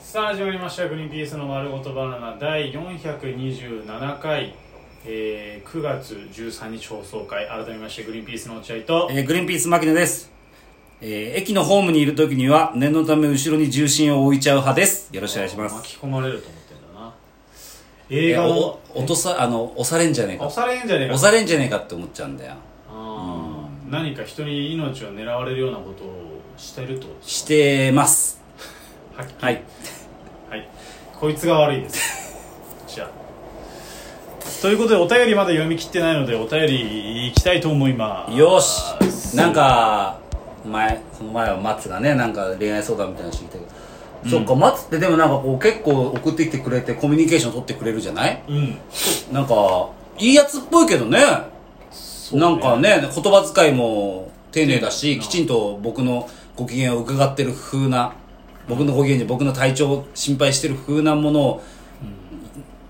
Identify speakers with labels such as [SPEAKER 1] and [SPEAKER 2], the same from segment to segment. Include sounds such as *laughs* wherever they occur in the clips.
[SPEAKER 1] さあ始まりました「グリーンピースの丸ごとバナナ」第427回、えー9月13日放送回改めましてグリーンピースの落合と
[SPEAKER 2] えーグリーンピース牧野です、えー駅のホームにいる時には念のため後ろに重心を置いちゃう派ですよろしくお願いしま
[SPEAKER 1] 巻
[SPEAKER 2] す
[SPEAKER 1] き込まれると思ってんだな
[SPEAKER 2] い
[SPEAKER 1] 映
[SPEAKER 2] や
[SPEAKER 1] 画
[SPEAKER 2] お
[SPEAKER 1] を
[SPEAKER 2] 落とさあの押されんじゃねえ
[SPEAKER 1] 押
[SPEAKER 2] か
[SPEAKER 1] されんじゃねえか
[SPEAKER 2] 押されんじゃねえかって思っちゃうんだよ
[SPEAKER 1] あー何か人に命を狙われるようなことをしてるってことです
[SPEAKER 2] してます
[SPEAKER 1] かはっきり
[SPEAKER 2] はい
[SPEAKER 1] はい、こいつが悪いです。 *laughs* じゃあ。ということで、お便りまだ読み切ってないので、お便り行きたいと思います。
[SPEAKER 2] よしなんか前その前は松がねなんか恋愛相談みたいなのしてきたけど、そっか松ってでもなんかこう結構送ってきてくれてコミュニケーション取ってくれるじゃない
[SPEAKER 1] うん。
[SPEAKER 2] なんかいいやつっぽいけどね
[SPEAKER 1] うね
[SPEAKER 2] なんかね言葉遣いも丁寧だし
[SPEAKER 1] うん
[SPEAKER 2] きちんと僕のご機嫌を伺ってる風な僕のご機嫌で僕の体調を心配してる風なものを、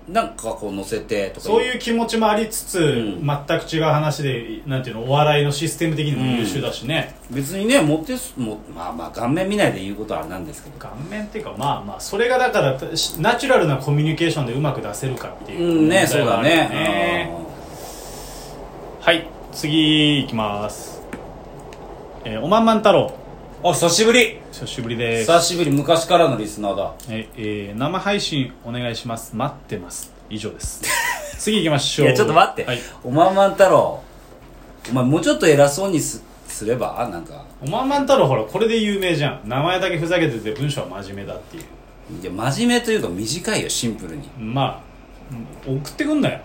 [SPEAKER 2] なんかこう乗せてとか
[SPEAKER 1] そういう気持ちもありつつ、
[SPEAKER 2] ん
[SPEAKER 1] 全く違う話で、なんていうの、お笑いのシステム的にも優秀だしね。
[SPEAKER 2] 別にねモテすもまあまあ顔面見ないで言うことはあれなんですけど
[SPEAKER 1] 顔面っていうか、まあまあ、それがだから、しナチュラルなコミュニケーションでうまく出せるかっていうう。
[SPEAKER 2] んねそうだね
[SPEAKER 1] はい、次行きます。えーおまんまん太郎。
[SPEAKER 2] あ久しぶり
[SPEAKER 1] 久しぶりです。
[SPEAKER 2] 久しぶり昔からのリスナーだ
[SPEAKER 1] ええー生配信お願いします待ってます以上です次行きまし
[SPEAKER 2] い
[SPEAKER 1] ょうい
[SPEAKER 2] やちょっと待って、
[SPEAKER 1] はい、
[SPEAKER 2] おまんまん太郎お前もうちょっと偉そうにすすればなんか
[SPEAKER 1] おまんまん太郎ほらこれで有名じゃん名前だけふざけてて文章は真面目だっていう
[SPEAKER 2] いや真面目というか短いよシンプルに
[SPEAKER 1] まあうん送ってくんなよ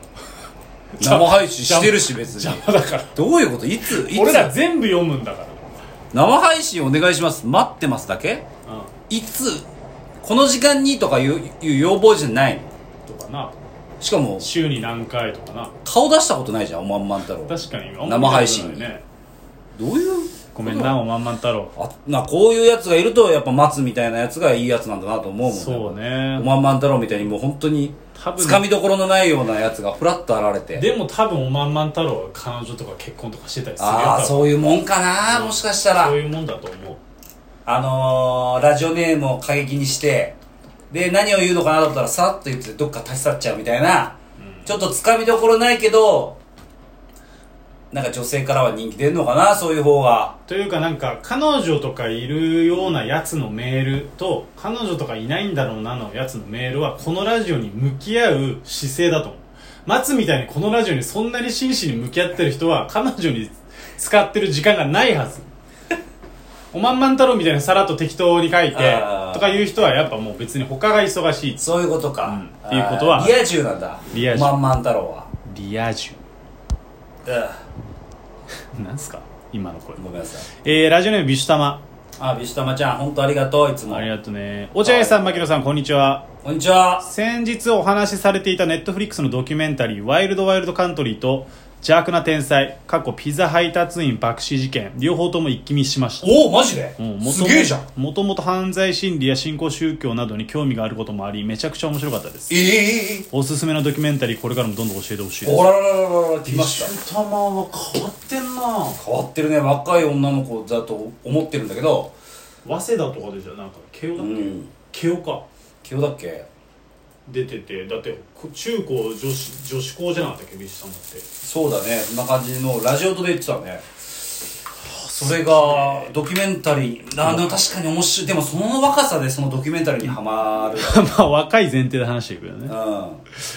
[SPEAKER 2] *laughs* 生配信してるし別に
[SPEAKER 1] だから
[SPEAKER 2] どういうこといついつ
[SPEAKER 1] 俺ら全部読むんだから
[SPEAKER 2] 生配信お願いします待ってますだけ
[SPEAKER 1] う
[SPEAKER 2] いつこの時間にとかいういう要望じゃないの
[SPEAKER 1] んとかな
[SPEAKER 2] しかも
[SPEAKER 1] 週に何回とかな
[SPEAKER 2] 顔出したことないじゃんおまんまん太郎
[SPEAKER 1] 確かに
[SPEAKER 2] 生配信
[SPEAKER 1] あんまり見たことないね
[SPEAKER 2] どういう
[SPEAKER 1] ごめんなおまんまん太郎
[SPEAKER 2] あなこういうやつがいるとやっぱ待つみたいなやつがいいやつなんだなと思うもん
[SPEAKER 1] そう
[SPEAKER 2] お
[SPEAKER 1] ね
[SPEAKER 2] まんまん太郎みたいにもう本当に
[SPEAKER 1] 多分
[SPEAKER 2] つかみどころのないようなやつがふらっと現れて
[SPEAKER 1] でも多分おまんまん太郎は彼女とか結婚とかしてたりするよ
[SPEAKER 2] あ
[SPEAKER 1] 多
[SPEAKER 2] あ
[SPEAKER 1] 分
[SPEAKER 2] そういうもんかな、もしかしたら
[SPEAKER 1] そういうもんだと思う
[SPEAKER 2] あのー、ラジオネームを過激にして、で、何を言うのかなと思ったら、さらっと言ってどっか立ち去っちゃうみたいな、
[SPEAKER 1] うん
[SPEAKER 2] ちょっとつかみどころないけど、なんか女性からは人気出るのかな、そういう方が。
[SPEAKER 1] というかなんか彼女とかいるようなやつのメールと彼女とかいないんだろうなのやつのメールはこのラジオに向き合う姿勢だと思う松みたいにこのラジオにそんなに真摯に向き合ってる人は彼女に使ってる時間がないはずおまんまん太郎みたいにさらっと適当に書いて
[SPEAKER 2] あー
[SPEAKER 1] とかいう人はやっぱもう別に他が忙しい
[SPEAKER 2] そういうことか。
[SPEAKER 1] うんっていうことは
[SPEAKER 2] あーリア充なんだ。
[SPEAKER 1] リア充
[SPEAKER 2] まんまん太郎は。
[SPEAKER 1] リア充
[SPEAKER 2] う
[SPEAKER 1] なんすか今の声
[SPEAKER 2] ん。ごめんなさい。
[SPEAKER 1] えー、ラジオネームビシュタマ
[SPEAKER 2] あ、ビシュタマちゃん、本当ありがとう、いつも
[SPEAKER 1] あり。がとうね落合さん牧野さんこんにちは
[SPEAKER 2] こんにちは。
[SPEAKER 1] 先日お話しされていたネットフリックスのドキュメンタリー「ワイルド・ワイルド・カントリー」と「邪悪な天才」過去ピザ配達員爆死事件両方とも一気見しました
[SPEAKER 2] おお、マジで
[SPEAKER 1] うん
[SPEAKER 2] すげえじゃん。
[SPEAKER 1] もともと犯罪心理や信仰宗教などに興味があることもありめちゃくちゃ面白かったです
[SPEAKER 2] ええ
[SPEAKER 1] おすすめのドキュメンタリーこれからもどんどん教えてほしいです
[SPEAKER 2] おらららららら、来ました。
[SPEAKER 1] ュタマは変わってんな
[SPEAKER 2] 変わってるね、若い女の子だと思ってるんだけど、
[SPEAKER 1] 早稲田とかでじゃなんか慶応だ
[SPEAKER 2] う
[SPEAKER 1] っけ、慶
[SPEAKER 2] ん。
[SPEAKER 1] 応か
[SPEAKER 2] 清だっけ
[SPEAKER 1] 出ててだってこ中高女子女子校じゃなかったっけビシさんだって
[SPEAKER 2] そうだねそんな感じのラジオとで言ってたねそれがドキュメンタリーあでも確かに面白いでもその若さでそのドキュメンタリーにはまる
[SPEAKER 1] まあ若い前提で話していくよね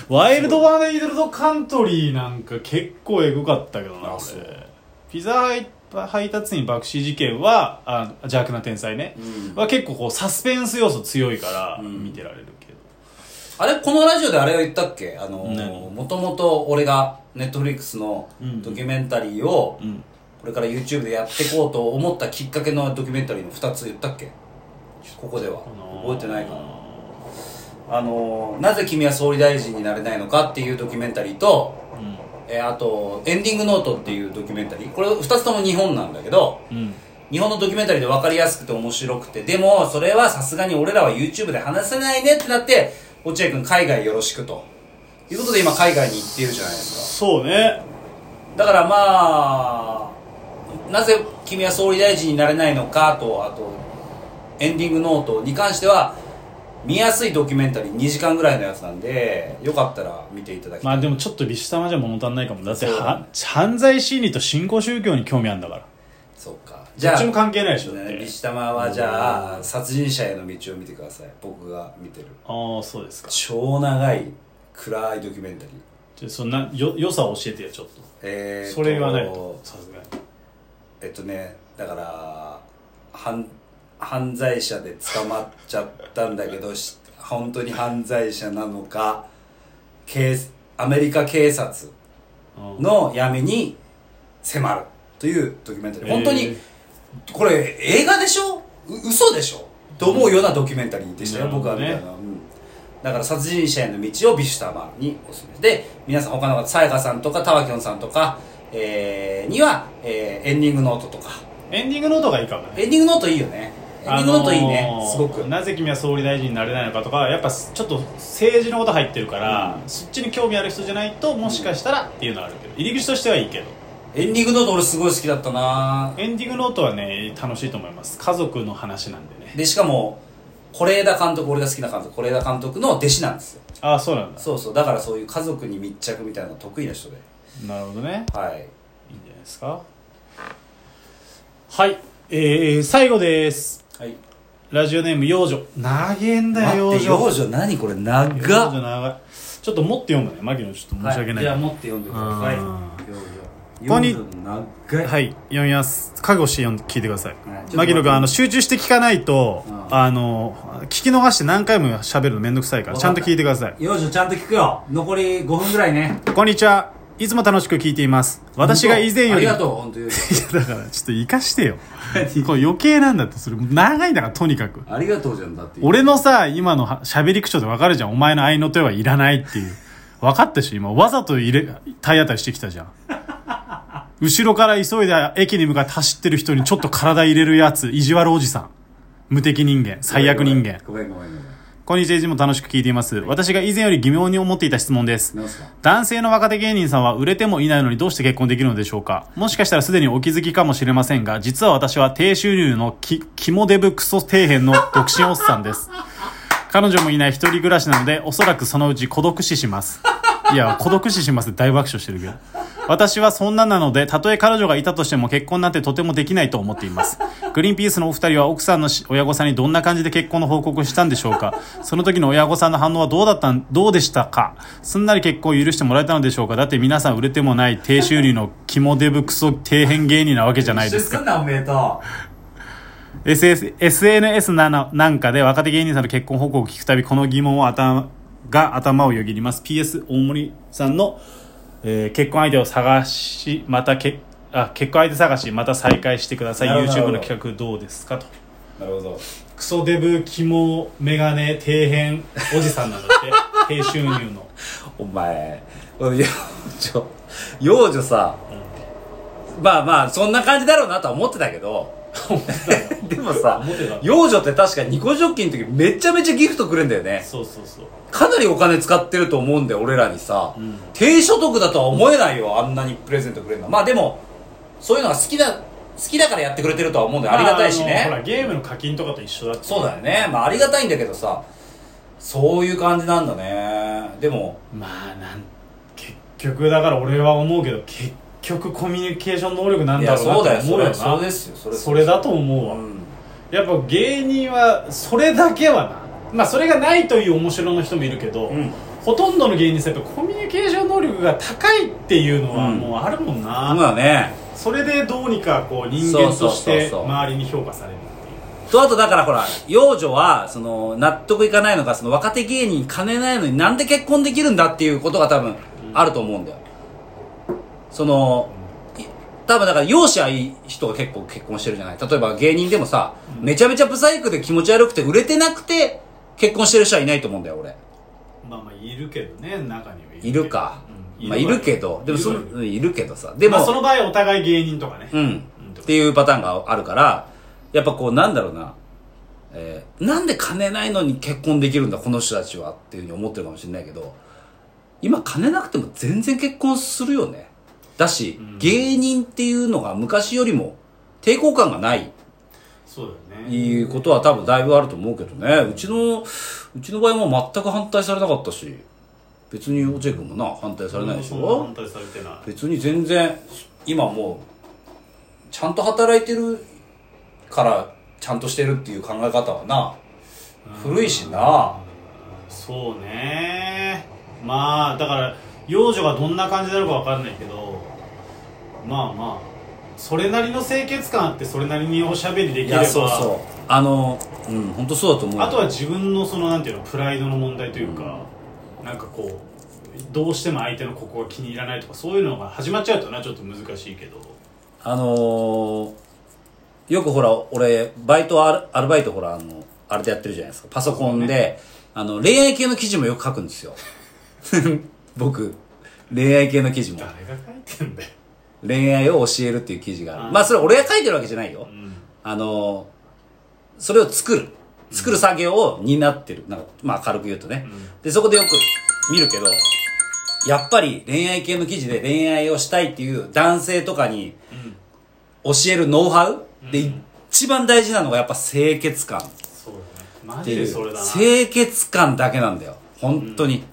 [SPEAKER 2] う
[SPEAKER 1] ワイルドワイルドカントリーなんか結構エグかったけどな
[SPEAKER 2] あ
[SPEAKER 1] 俺
[SPEAKER 2] そう
[SPEAKER 1] ピザ配配達員爆死事件はあ邪悪な天才ね、
[SPEAKER 2] ん
[SPEAKER 1] は結構こうサスペンス要素強いから
[SPEAKER 2] ん
[SPEAKER 1] 見てられるけど、
[SPEAKER 2] あれこのラジオであれを言ったっけあの
[SPEAKER 1] 何
[SPEAKER 2] もともと俺がネットフリックスの
[SPEAKER 1] うん
[SPEAKER 2] ドキュメンタリーを
[SPEAKER 1] うん
[SPEAKER 2] これから YouTube でやっていこうと思ったきっかけのドキュメンタリーの2つ言ったっけここでは覚えてないかなあのなぜ君は総理大臣になれないのかっていうドキュメンタリーと
[SPEAKER 1] う
[SPEAKER 2] えーあと「エンディングノート」っていうドキュメンタリーこれ2つとも日本なんだけど
[SPEAKER 1] んうん
[SPEAKER 2] 日本のドキュメンタリーで分かりやすくて面白くてでもそれはさすがに俺らは YouTube で話せないねってなって落合君海外よろしくということで今海外に行っているじゃないです
[SPEAKER 1] そうね
[SPEAKER 2] かだからまあなぜ君は総理大臣になれないのかとあと「エンディングノート」に関しては見やすいドキュメンタリー2時間ぐらいのやつなんでよかったら見ていただきたい、
[SPEAKER 1] まあでもちょっとビシ様じゃ物足んないかもだって
[SPEAKER 2] そう
[SPEAKER 1] は犯罪心理と新興宗教に興味あるんだから
[SPEAKER 2] そうか
[SPEAKER 1] どっちも関係ないでしょだっ
[SPEAKER 2] ね
[SPEAKER 1] て
[SPEAKER 2] ビシタマはじゃあ殺人者への道を見てください僕が見てる
[SPEAKER 1] ああそうですか
[SPEAKER 2] 超長い暗いドキュメンタリー
[SPEAKER 1] じゃあそんなよ良さを教えてよちょっと
[SPEAKER 2] えーと
[SPEAKER 1] それ言わないとさすがに
[SPEAKER 2] えっとねだから犯犯罪者で捕まっちゃったん
[SPEAKER 1] *laughs*
[SPEAKER 2] だけどし本当に犯罪者なのか警アメリカ警察
[SPEAKER 1] うん
[SPEAKER 2] の闇に迫るというドキュメンタリー
[SPEAKER 1] えー
[SPEAKER 2] 本当にこれ映画でしょう嘘でしょと思うようなドキュメンタリーでしたよ、
[SPEAKER 1] なるほ
[SPEAKER 2] 僕は
[SPEAKER 1] ど
[SPEAKER 2] 見
[SPEAKER 1] ね
[SPEAKER 2] たのは、うんだから殺人者への道をビシュタマンにおすすめで皆さん他の方さやかさんとかたわきょんさんとか、えーには、えーエンディングノートとか
[SPEAKER 1] エンディングノートがいいかもね
[SPEAKER 2] エンディングノートいいよねエンディングノートいいね、
[SPEAKER 1] あのー
[SPEAKER 2] すごく
[SPEAKER 1] なぜ君は総理大臣になれないのかとかやっぱちょっと政治のこと入ってるから、そっちに興味ある人じゃないともしかしたらっていうのはあるけど入り口としてはいいけど
[SPEAKER 2] エンディングノート俺すごい好きだったな
[SPEAKER 1] エンディングノートはね楽しいと思います家族の話なんでね
[SPEAKER 2] でしかも是枝監督俺が好きな監督是枝監督の弟子なんですよ
[SPEAKER 1] ああそうなんだ
[SPEAKER 2] そうそうだからそういう家族に密着みたいなの得意な人で
[SPEAKER 1] なるほどね
[SPEAKER 2] は
[SPEAKER 1] いいんじゃな
[SPEAKER 2] い
[SPEAKER 1] いですかはいえー、最後です
[SPEAKER 2] はい
[SPEAKER 1] ラジオネーム幼女長えんだよ
[SPEAKER 2] 待
[SPEAKER 1] 幼
[SPEAKER 2] って
[SPEAKER 1] 女
[SPEAKER 2] 幼女何これ長っ
[SPEAKER 1] 幼女長いちょっと持って読むね牧野ちょっと申し訳ない、
[SPEAKER 2] じゃあ持って読んでください
[SPEAKER 1] あ
[SPEAKER 2] 幼女
[SPEAKER 1] ここに
[SPEAKER 2] 幼女長
[SPEAKER 1] *laughs*
[SPEAKER 2] い、
[SPEAKER 1] はい、読みます。覚悟して読んで聞いてください
[SPEAKER 2] ちょっと待っ。て
[SPEAKER 1] 牧野君、あの、集中して聞かないと
[SPEAKER 2] うん、
[SPEAKER 1] あの、聞き逃して何回も喋るのめんどくさいから、
[SPEAKER 2] わ
[SPEAKER 1] ち
[SPEAKER 2] か
[SPEAKER 1] ゃ
[SPEAKER 2] っ
[SPEAKER 1] ん
[SPEAKER 2] た
[SPEAKER 1] と聞いてください。
[SPEAKER 2] 幼女ちゃんと聞くよ残り5分ぐらいね
[SPEAKER 1] こんにちは。いつも楽しく聞いています。私が以前より、
[SPEAKER 2] ありが
[SPEAKER 1] う。
[SPEAKER 2] とう本当幼
[SPEAKER 1] *laughs*
[SPEAKER 2] 女
[SPEAKER 1] だから、ちょっと生かして
[SPEAKER 2] *laughs*
[SPEAKER 1] よ。これ余計なんだって、それ、長いんだから、とにかく。
[SPEAKER 2] ありがとうじゃんだって
[SPEAKER 1] 俺のさ、今のは喋り口調でわかるじゃん。お前の愛の手はいらないっていう。分かったでしょ、今。わざと入れ、体当たりしてきたじゃん。後ろから急いで駅に向かって走ってる人にちょっと体入れるやつ、意地悪おじさん。無敵人間、最悪人間。
[SPEAKER 2] ごめんごめんごめんごめん
[SPEAKER 1] こんにちは、いつも楽しく聞いています。私が以前より疑問に思っていた質問です。
[SPEAKER 2] 何すか
[SPEAKER 1] 男性の若手芸人さんは売れてもいないのにどうして結婚できるのでしょうかもしかしたらすでにお気づきかもしれませんが、実は私は低収入のき肝デブクソ底辺の独身おっさんです。彼女もいない一人暮らしなので、おそらくそのうち孤独死します。いや、孤独死しますって大爆笑してるけど。私はそんななので、たとえ彼女がいたとしても結婚なんてとてもできないと思っています。グリーンピースのお二人は奥さんのし親御さんにどんな感じで結婚の報告をしたんでしょうかその時の親御さんの反応はどうだったん、どうでしたかすんなり結婚を許してもらえたのでしょうかだって皆さん売れてもない低収入の肝デブクソ底辺芸人なわけじゃないですか
[SPEAKER 2] 一緒にすんなおめえと
[SPEAKER 1] SS SNS なのなんかで若手芸人さんの結婚報告を聞くたびこの疑問を頭が頭をよぎります PS 大森さんの、えー結婚相手を探しまたけあ結婚相手探しまた再開してください
[SPEAKER 2] なるほど
[SPEAKER 1] YouTube の企画どうですかと
[SPEAKER 2] なるほど
[SPEAKER 1] クソデブ肝メガネ底辺おじさんなんだ
[SPEAKER 2] *laughs*
[SPEAKER 1] って低収入の
[SPEAKER 2] お前幼女幼女さ、まあまあそんな感じだろうなとは思ってたけど *laughs* でもさ
[SPEAKER 1] 思ってた
[SPEAKER 2] 幼女って確かニコジョッキの時めちゃめちゃギフトくれんだよね
[SPEAKER 1] そうそうそう
[SPEAKER 2] かなりお金使ってると思うんだよ俺らにさ、
[SPEAKER 1] ん
[SPEAKER 2] 低所得だとは思えないよあんなにプレゼントくれるのはまあでもそういうのが好きだ好きだからやってくれてるとは思うんだよありがたいし
[SPEAKER 1] まあ
[SPEAKER 2] ね
[SPEAKER 1] あのほらゲームの課金とかと一緒だって
[SPEAKER 2] そうだよねまあありがたいんだけどさそういう感じなんだねでも
[SPEAKER 1] まあなん結局だから俺は思うけど結局コミュニケーション能力なん
[SPEAKER 2] い
[SPEAKER 1] だ
[SPEAKER 2] や
[SPEAKER 1] ろう
[SPEAKER 2] そうだ
[SPEAKER 1] な
[SPEAKER 2] よ
[SPEAKER 1] って思
[SPEAKER 2] そうれ
[SPEAKER 1] よな
[SPEAKER 2] そうですよそれ
[SPEAKER 1] それだと思うわ、
[SPEAKER 2] うん
[SPEAKER 1] やっぱ芸人はそれだけはなまあそれがないという面白の人もいるけど、
[SPEAKER 2] うん
[SPEAKER 1] ほとんどの芸人さんやっぱコミュニケーション能力が高いっていうのは
[SPEAKER 2] うん
[SPEAKER 1] もうあるもんな、
[SPEAKER 2] そうだね
[SPEAKER 1] それでどうにかこう人間とし
[SPEAKER 2] そうそうそう
[SPEAKER 1] て
[SPEAKER 2] そう
[SPEAKER 1] 周りに評価されるっていう
[SPEAKER 2] とあとだからほら幼女はその納得いかないのがその若手芸人金ないのになんで結婚できるんだっていうことが多分あると思うんだよそのい多分だから容姿はいい人が結構結婚してるじゃない例えば芸人でもさめちゃめちゃブサイクで気持ち悪くて売れてなくて結婚してる人はいないと思うんだよ俺
[SPEAKER 1] まあまあいるけどね中にはい
[SPEAKER 2] いるか、
[SPEAKER 1] うん
[SPEAKER 2] まあいるけどでもそ
[SPEAKER 1] い
[SPEAKER 2] の
[SPEAKER 1] る
[SPEAKER 2] うんいるけどさでも、
[SPEAKER 1] まあその場合お互い芸人とかね、
[SPEAKER 2] うん。っていうパターンがあるから、やっぱこうなんだろうな、えーなんで金ないのに結婚できるんだこの人たちはっていうふうに思ってるかもしれないけど、今金なくても全然結婚するよね。だし、芸人っていうのが昔よりも抵抗感がない。
[SPEAKER 1] そうだよね
[SPEAKER 2] いうことは多分だいぶあると思うけどねうちのうちの場合も全く反対されなかったし別に落合君もな反対されないでし
[SPEAKER 1] そんな
[SPEAKER 2] ょ
[SPEAKER 1] 反対されてない
[SPEAKER 2] 別に全然今もうちゃんと働いてるからちゃんとしてるっていう考え方はな古いしな
[SPEAKER 1] そうねまあだから幼女がどんな感じになるかわかんないけどまあまあそれなりの清潔感あってそれなりにおしゃべりで
[SPEAKER 2] い
[SPEAKER 1] きれば
[SPEAKER 2] やそうそうあのうん本当そうだと思う
[SPEAKER 1] あとは自分のそのなんていうのプライドの問題というか、なんかこうどうしても相手のここが気に入らないとかそういうのが始まっちゃうとなちょっと難しいけど
[SPEAKER 2] あのーよくほら、俺、バイトアル、アルバイトほら、あの、あれでやってるじゃないですか。パソコンで、あの、恋愛系の記事もよく書くんですよ。 *laughs* 僕、恋愛系の記事も。
[SPEAKER 1] 誰が書いてんだよ、
[SPEAKER 2] 恋愛を教えるっていう記事があ
[SPEAKER 1] う
[SPEAKER 2] る。
[SPEAKER 1] ん
[SPEAKER 2] まあ、それ俺が書いてるわけじゃないよ
[SPEAKER 1] う。ん、
[SPEAKER 2] あのーそれを作る。作る作業を担ってる。なんか、まあ、軽く言うとね。
[SPEAKER 1] うん
[SPEAKER 2] で、そこでよく見るけど、やっぱり恋愛系の記事で恋愛をしたいっていう男性とかに、
[SPEAKER 1] うん、
[SPEAKER 2] 教えるノウハウ、
[SPEAKER 1] う
[SPEAKER 2] で
[SPEAKER 1] ん
[SPEAKER 2] 一番大事なのがやっぱ清潔感っ
[SPEAKER 1] そうだねマ
[SPEAKER 2] て
[SPEAKER 1] ジ
[SPEAKER 2] い
[SPEAKER 1] で
[SPEAKER 2] う
[SPEAKER 1] それだな
[SPEAKER 2] 清潔感だけなんだよ本当に、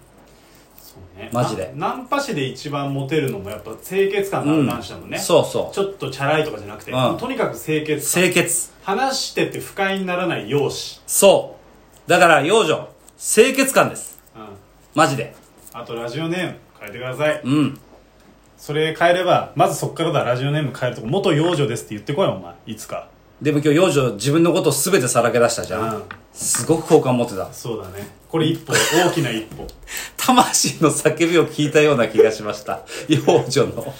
[SPEAKER 1] そうね
[SPEAKER 2] マジで
[SPEAKER 1] なナンパ師で一番モテるのもやっぱ清潔感のある男子だもんね、
[SPEAKER 2] そうそう
[SPEAKER 1] ちょっとチャラいとかじゃなくて、
[SPEAKER 2] うん
[SPEAKER 1] とにかく清潔感
[SPEAKER 2] 清潔
[SPEAKER 1] 話してて不快にならない容姿、
[SPEAKER 2] そうだから養女清潔感です
[SPEAKER 1] うん、
[SPEAKER 2] マジで
[SPEAKER 1] あとラジオネーム変えてください
[SPEAKER 2] うん
[SPEAKER 1] それ変えればまずそっからだラジオネーム変えるとこ元養女ですって言ってこいよお前いつか
[SPEAKER 2] でも今日養女自分のことを全てさらけ出したじゃん、
[SPEAKER 1] うん
[SPEAKER 2] すごく好感持ってた
[SPEAKER 1] そうだねこれ
[SPEAKER 2] *laughs*
[SPEAKER 1] 一歩大きな一歩
[SPEAKER 2] 魂の叫びを聞いたような気がしました養女の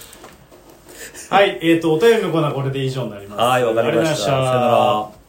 [SPEAKER 1] はいえーとお便りのコーナーこれで以上になります
[SPEAKER 2] はいわかりました
[SPEAKER 1] あ
[SPEAKER 2] さ
[SPEAKER 1] りが
[SPEAKER 2] よ
[SPEAKER 1] とうござい
[SPEAKER 2] なら